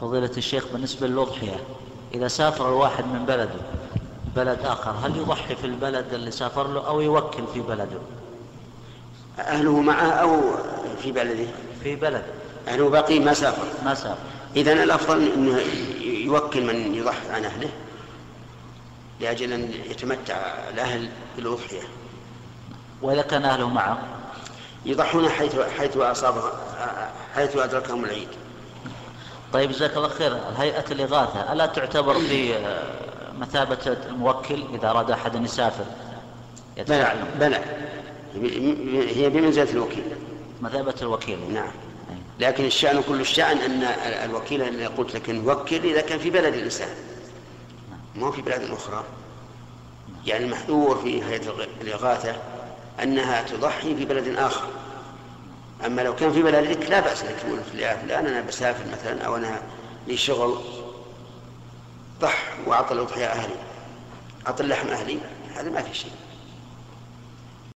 فضيلة الشيخ بالنسبة للأضحية إذا سافر الواحد من بلده بلد آخر هل يضحي في البلد اللي سافر له أو يوكل في بلده أهله معه أو في بلده في بلده أهله باقي ما سافر ما سافر إذا الأفضل أنه يوكل من يضحي عن أهله لأجل أن يتمتع الأهل بالأضحية وإذا كان أهله معه يضحون حيث حيث أصاب حيث أدركهم العيد طيب جزاك الله خير هيئة الإغاثة ألا تعتبر في آه، مثابة الموكل إذا أراد أحد أن يسافر بلى يتكلم بلى هي بمنزلة الوكيل مثابة الوكيل نعم أي. لكن الشأن كل الشأن أن ال- الوكيل اللي قلت لك إنه وكل إذا كان في بلد الإنسان ما في بلاد أخرى يعني المحذور في هيئة الغ- الإغاثة أنها تضحي في بلد آخر أما لو كان في بلدك لا بأس أنك تقول في الآن أنا بسافر مثلا أو أنا لي شغل ضح وأعطى الأضحية أهلي أعطى اللحم أهلي هذا ما في شيء